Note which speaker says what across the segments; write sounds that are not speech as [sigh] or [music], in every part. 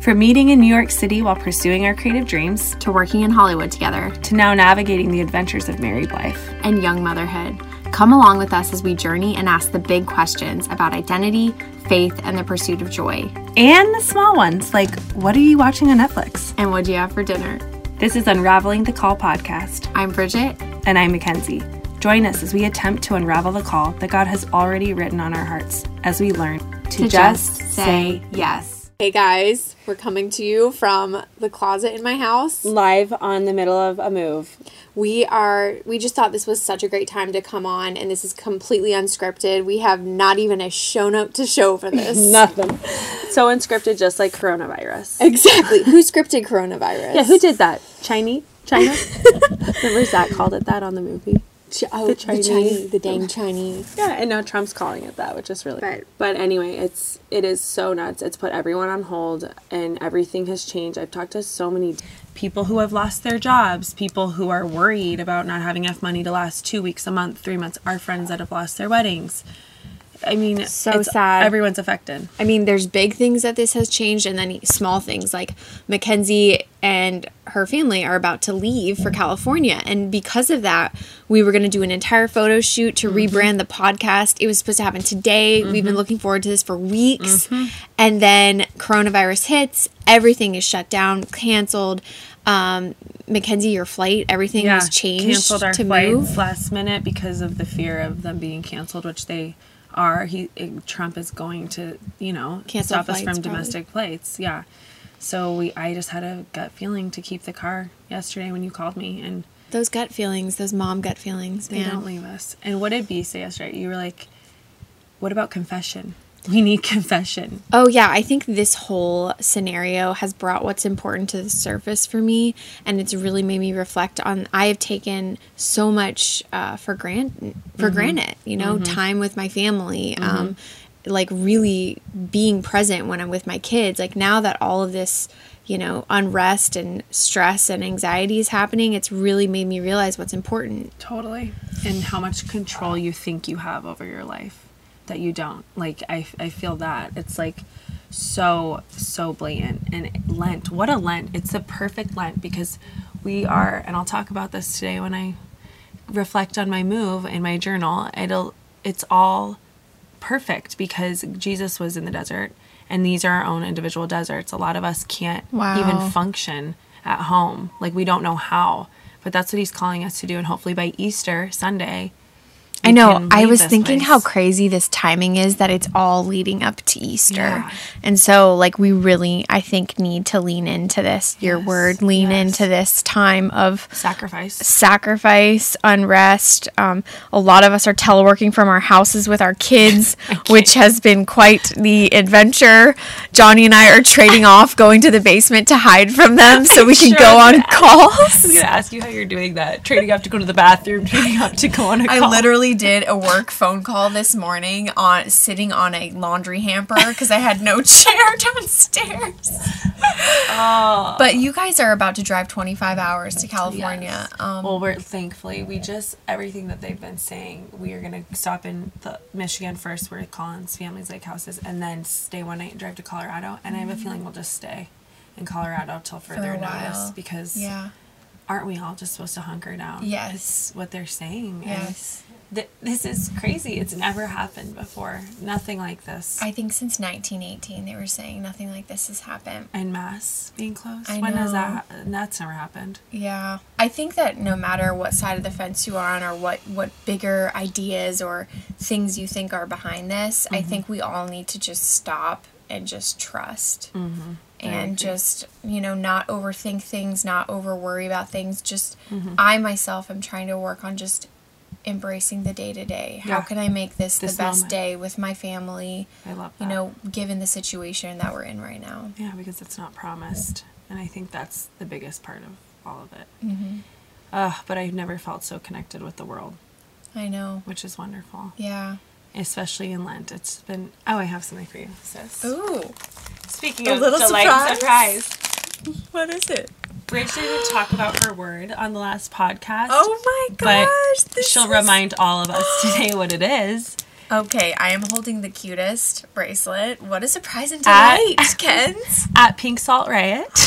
Speaker 1: From meeting in New York City while pursuing our creative dreams,
Speaker 2: to working in Hollywood together,
Speaker 1: to now navigating the adventures of married life.
Speaker 2: and young motherhood. Come along with us as we journey and ask the big questions about identity, faith, and the pursuit of joy.
Speaker 1: And the small ones, like what are you watching on Netflix?
Speaker 2: And what'd you have for dinner?
Speaker 1: This is Unraveling the Call podcast,
Speaker 2: I'm Bridget.
Speaker 1: and I'm Mackenzie. Join us as we attempt to unravel the call that God has already written on our hearts as we learn to,
Speaker 2: yes. Hey guys, we're coming to you from the closet in my house.
Speaker 3: live on the middle of a move.
Speaker 2: We are we just thought this was such a great time to come on and this is completely unscripted. We have not even a show note to show for this.
Speaker 3: Nothing. so unscripted, just like coronavirus.
Speaker 2: Exactly. Who scripted coronavirus?
Speaker 3: Yeah, who did that? Chinese? [laughs] China? Remember Zach called it that on the movie?
Speaker 2: Ch- oh,
Speaker 3: The
Speaker 2: the Chinese, the,
Speaker 3: Chinese.
Speaker 2: dang Chinese.
Speaker 3: Yeah, and now Trump's calling it that, which is really
Speaker 2: Right.
Speaker 3: But anyway, it's it is so nuts. It's put everyone on hold and everything has changed. I've talked to so many people who have lost their jobs, people who are worried about not having enough money to last 2 weeks, a month, 3 months, our friends that have lost their weddings. I mean,
Speaker 2: So
Speaker 3: it's-
Speaker 2: sad.
Speaker 3: Everyone's affected.
Speaker 2: I mean, there's big things that this has changed, and then small things like Mackenzie and her family are about to leave for California. And because of that, we were going to do an entire photo shoot to
Speaker 3: Mm-hmm.
Speaker 2: rebrand the podcast. It was supposed to happen today. We've been looking forward to this for weeks.
Speaker 3: Mm-hmm.
Speaker 2: And then coronavirus hits, everything is shut down, canceled. Um, Mackenzie, your flight, everything was changed
Speaker 3: Canceled our
Speaker 2: to
Speaker 3: flights
Speaker 2: move.
Speaker 3: last minute because of the fear of them being canceled, which they are. He it- Trump is going to, you know,
Speaker 2: Cancel
Speaker 3: stop us
Speaker 2: flights,
Speaker 3: from
Speaker 2: probably.
Speaker 3: domestic flights. Yeah. So we, I just had a gut feeling to keep the car yesterday when you called me, and
Speaker 2: Those gut feelings, those mom gut feelings,
Speaker 3: they
Speaker 2: man.
Speaker 3: don't leave us. And what did B say yesterday? You were like, "What about confession? We need [laughs] confession."
Speaker 2: Oh, yeah. I think this whole scenario has brought what's important to the surface for me. And it's really made me reflect on I have taken so much uh, for, grant- for granted, you know, time with my family, um, like really being present when I'm with my kids. Like now that all of this, you know, unrest and stress and anxiety is happening, it's really made me realize what's important.
Speaker 3: Totally. And how much control you think you have over your life that you don't. Like, I, I feel that. It's like so, so blatant. And Lent, what a Lent. It's the perfect Lent because we are, and I'll talk about this today when I reflect on my move in my journal. It'll, it's all perfect because Jesus was in the desert and these are our own individual deserts. A lot of us can't
Speaker 2: Wow.
Speaker 3: even function at home. Like we don't know how. But that's what he's calling us to do and hopefully by Easter Sunday.
Speaker 2: I
Speaker 3: we
Speaker 2: know.
Speaker 3: can
Speaker 2: I
Speaker 3: leave
Speaker 2: was
Speaker 3: this
Speaker 2: thinking
Speaker 3: place.
Speaker 2: how crazy this timing is that it's all leading up to Easter.
Speaker 3: Yeah.
Speaker 2: And so, like, we really, I think, need to lean into this, your
Speaker 3: Yes,
Speaker 2: word, lean
Speaker 3: yes.
Speaker 2: into this time of
Speaker 3: sacrifice.
Speaker 2: sacrifice, unrest. Um, a lot of us are teleworking from our houses with our kids,
Speaker 3: [laughs]
Speaker 2: which has been quite the adventure. Johnny and I
Speaker 3: [laughs]
Speaker 2: are trading off going to the basement to hide from them so we can
Speaker 3: sure
Speaker 2: go
Speaker 3: was
Speaker 2: on calls.
Speaker 3: I'm gonna ask you how you're doing that. Trading up to go to the bathroom, [laughs] trading up to go on a
Speaker 2: I
Speaker 3: call.
Speaker 2: literally did a work phone call this morning on sitting on a laundry hamper because I had no [laughs] chair downstairs. But you guys are about to drive 25 hours to California. Um,
Speaker 3: well, we're thankfully we just everything that they've been saying. We are gonna stop in the Michigan first, where Colin's family's lake houses, and then stay one night and drive to Colorado. And I have a feeling we'll just stay in Colorado till further
Speaker 2: Mm-hmm. a
Speaker 3: notice
Speaker 2: while.
Speaker 3: because
Speaker 2: Um, yeah.
Speaker 3: aren't we all just supposed to hunker down?
Speaker 2: Yes.
Speaker 3: It's what they're saying. And
Speaker 2: Yes.
Speaker 3: Th- this is crazy. It's never happened before. Nothing like this.
Speaker 2: I think since 1918 they were saying nothing like this has happened.
Speaker 3: and mass being closed.
Speaker 2: I
Speaker 3: when has
Speaker 2: know.
Speaker 3: that? hap- That's never happened.
Speaker 2: Yeah. I think that no matter what side of the fence you are on or what, what bigger ideas or things you think are behind this, I think we all need to just stop and just trust. And just, you know, not overthink things, not over worry about things. Just, I myself am trying to work on just embracing the day to day. How
Speaker 3: Yeah.
Speaker 2: can I make this,
Speaker 3: This
Speaker 2: the best
Speaker 3: moment.
Speaker 2: day with my family,
Speaker 3: I love that.
Speaker 2: you know, given the situation that we're in right now?
Speaker 3: Yeah, because it's not promised, and I think that's the biggest part of all of it. Mm-hmm. but I've never felt so connected with the world,
Speaker 2: I know.
Speaker 3: which is wonderful,
Speaker 2: Yeah.
Speaker 3: especially in Lent. It's been. Oh, I have something for you, sis.
Speaker 2: Ooh.
Speaker 3: Speaking
Speaker 2: Oh, a
Speaker 3: of
Speaker 2: little
Speaker 3: delight and
Speaker 2: surprise.
Speaker 3: surprise.
Speaker 2: What is it?
Speaker 3: Bridget didn't talk about her word on the last podcast.
Speaker 2: Oh my
Speaker 3: but
Speaker 2: gosh! this
Speaker 3: she'll
Speaker 2: is-
Speaker 3: remind all of us today what it is.
Speaker 2: Okay, I am holding the cutest bracelet. What a surprise and delight, [laughs] Ken's.
Speaker 3: At Pink Salt Riot. [laughs]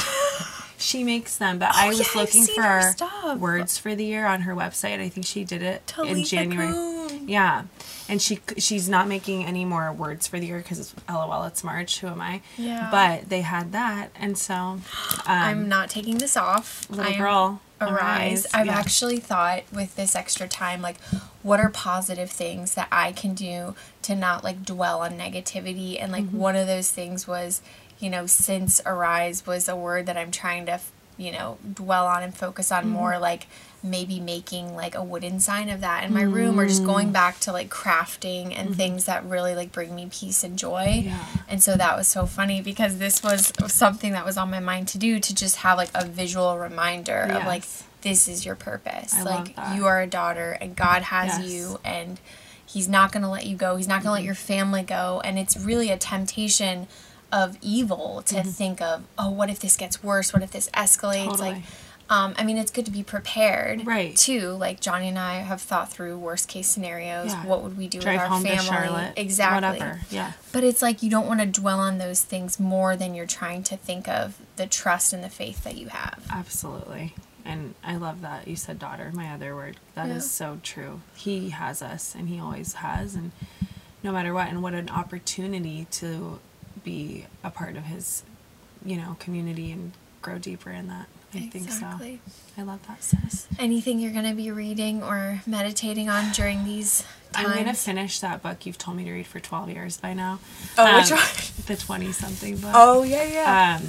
Speaker 3: she makes them, but I was
Speaker 2: Oh, yeah, I've
Speaker 3: looking
Speaker 2: seen her
Speaker 3: for
Speaker 2: stuff.
Speaker 3: words for the year on her website. I think she did it in
Speaker 2: Talitha
Speaker 3: January.
Speaker 2: Coombe.
Speaker 3: Yeah. And she she's not making any more words for the year because it's lol it's March. Who am I?
Speaker 2: Yeah.
Speaker 3: But they had that, and so um,
Speaker 2: I'm not taking this off.
Speaker 3: little
Speaker 2: I am
Speaker 3: girl,
Speaker 2: Arise.
Speaker 3: arise.
Speaker 2: I've
Speaker 3: Yeah.
Speaker 2: actually thought with this extra time, like, what are positive things that I can do to not like dwell on negativity? And like, one of those things was, you know, since arise was a word that I'm trying to, you know, dwell on and focus on more, like maybe making like a wooden sign of that in my room or just going back to like crafting and things that really like bring me peace and joy.
Speaker 3: Yeah.
Speaker 2: And so that was so funny because this was something that was on my mind to do to just have like a visual reminder of like
Speaker 3: Yes.
Speaker 2: this is your purpose.
Speaker 3: I love
Speaker 2: like
Speaker 3: that.
Speaker 2: you are a daughter and God
Speaker 3: Yes.
Speaker 2: has
Speaker 3: Mm-hmm.
Speaker 2: you and he's not going to let you go. He's not going to let your family go and it's really a temptation of evil
Speaker 3: Mm-hmm.
Speaker 2: to think of, oh, what if this gets worse? What if this escalates?
Speaker 3: Totally.
Speaker 2: Like um, I mean, it's good to be prepared,
Speaker 3: Right.
Speaker 2: Too, like Johnny and I have thought through worst case scenarios.
Speaker 3: Yeah.
Speaker 2: What would we do
Speaker 3: drive
Speaker 2: with our
Speaker 3: home
Speaker 2: family?
Speaker 3: to Charlotte.
Speaker 2: Exactly.
Speaker 3: Whatever. Yeah.
Speaker 2: But it's like you don't want to dwell on those things more than you're trying to think of the trust and the faith that you have.
Speaker 3: Absolutely. And I love that you said daughter, my other word. That is
Speaker 2: Yeah.
Speaker 3: so true. He has us and he always has and no matter what and what an opportunity to be a part of his, you know, community and grow deeper in that. I
Speaker 2: Exactly.
Speaker 3: think so. I love that sis.
Speaker 2: Anything you're going to be reading or meditating on during these times?
Speaker 3: I'm gonna finish that book you've told me to read for twelve years by now. Um,
Speaker 2: Oh, which one?
Speaker 3: [laughs] The twenty something book.
Speaker 2: Oh yeah, yeah.
Speaker 3: Um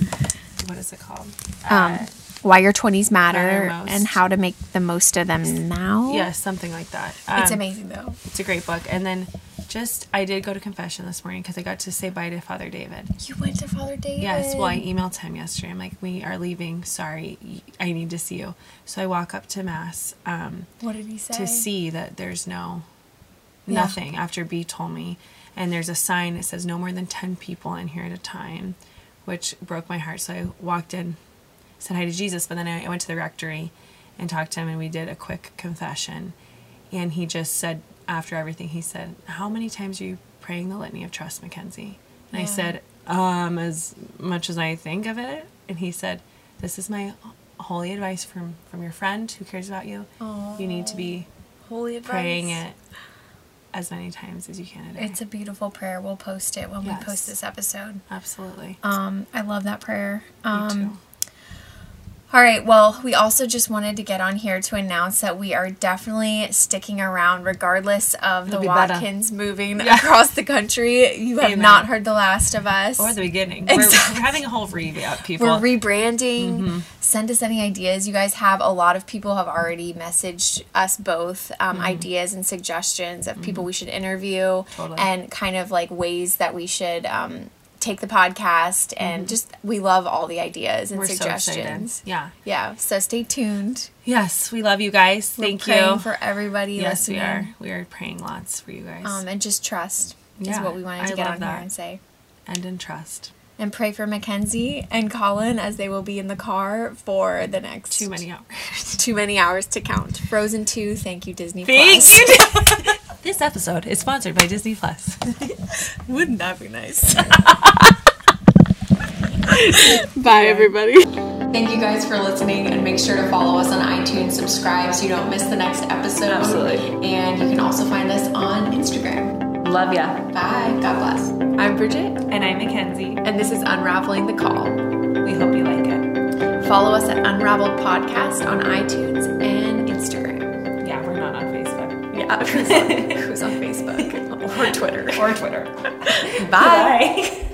Speaker 3: what is it called? Uh,
Speaker 4: um, why your 20s matter
Speaker 3: Matter most.
Speaker 4: and how to make the most of them now.
Speaker 3: yeah, something like that.
Speaker 2: it's
Speaker 3: Um,
Speaker 2: amazing though.
Speaker 3: It's a great book. And then just, I did go to confession this morning because I got to say bye to Father David.
Speaker 2: You went to Father David.
Speaker 3: Yes, well, I emailed him yesterday. I'm like, we are leaving. Sorry, y- I need to see you. So I walk up to Mass um,
Speaker 2: What did he say?
Speaker 3: to see that there's no,
Speaker 2: Yeah.
Speaker 3: nothing after B told me. And there's a sign that says no more than 10 people in here at a time, which broke my heart. So I walked in, said hi to Jesus, but then I I went to the rectory and talked to him, and we did a quick confession. And he just said, after everything, he said, How many times are you praying the litany of trust, Mackenzie? And I
Speaker 2: Yeah.
Speaker 3: said, Um, as much as I think of it. And he said, This is my holy advice from, from your friend who cares about you. You need to be
Speaker 2: Holy advice.
Speaker 3: praying it as many times as you can a day.
Speaker 2: It's a beautiful prayer. We'll post it when
Speaker 3: Yes.
Speaker 2: we post this episode.
Speaker 3: Absolutely.
Speaker 2: Um, I love that prayer. Um,
Speaker 3: Me too.
Speaker 2: All right, well, we also just wanted to get on here to announce that we are definitely sticking around regardless of the
Speaker 3: It'll be better.
Speaker 2: Watkins moving across the country. You have
Speaker 3: Amen.
Speaker 2: not heard the last of us.
Speaker 3: Or the beginning. We're,
Speaker 2: Exactly.
Speaker 3: we're having a whole revamp, people.
Speaker 2: [laughs] We're rebranding.
Speaker 3: mm-hmm.
Speaker 2: Send us any ideas you guys have. A lot of people have already messaged us both um,
Speaker 3: Mm-hmm.
Speaker 2: ideas and suggestions of people we should interview
Speaker 3: Totally.
Speaker 2: and kind of like ways that we should um, take the podcast. And just we love all the ideas
Speaker 3: Mm-hmm.
Speaker 2: and
Speaker 3: We're so excited.
Speaker 2: suggestions.
Speaker 3: Yeah.
Speaker 2: Yeah, so stay tuned.
Speaker 3: Yes, we love you guys.
Speaker 2: We're
Speaker 3: Thank
Speaker 2: praying
Speaker 3: you.
Speaker 2: for everybody.
Speaker 3: yes, we
Speaker 2: listening.
Speaker 3: are. We are praying lots for you guys.
Speaker 2: Um, and just trust is
Speaker 3: Yeah,
Speaker 2: what we wanted to
Speaker 3: I
Speaker 2: get
Speaker 3: love
Speaker 2: on here
Speaker 3: that.
Speaker 2: and say.
Speaker 3: and in trust.
Speaker 2: And pray for Mackenzie and Colin as they will be in the car for the next
Speaker 3: Too many hours. [laughs]
Speaker 2: too many hours to count. Frozen two. Thank you, Disney.
Speaker 3: Thank
Speaker 2: Plus.
Speaker 3: you. this episode is sponsored by Disney
Speaker 2: [laughs]
Speaker 3: Plus.
Speaker 2: Wouldn't that be nice?
Speaker 5: Bye, everybody.
Speaker 2: Thank you guys for listening, and make sure to follow us on iTunes. Subscribe so you don't miss the next episode.
Speaker 5: Absolutely.
Speaker 2: And you can also find us on Instagram.
Speaker 5: Love ya.
Speaker 2: Bye. God bless. I'm Bridget,
Speaker 3: And I'm Mackenzie.
Speaker 2: and this is Unraveling the Call.
Speaker 3: We hope you like it.
Speaker 2: Follow us at Unraveled Podcast on iTunes and Instagram.
Speaker 3: Yeah, we're not on Facebook [laughs]
Speaker 2: Yeah, who's on, who's on Facebook or Twitter? [laughs]
Speaker 3: or Twitter.
Speaker 2: Bye.
Speaker 3: Bye.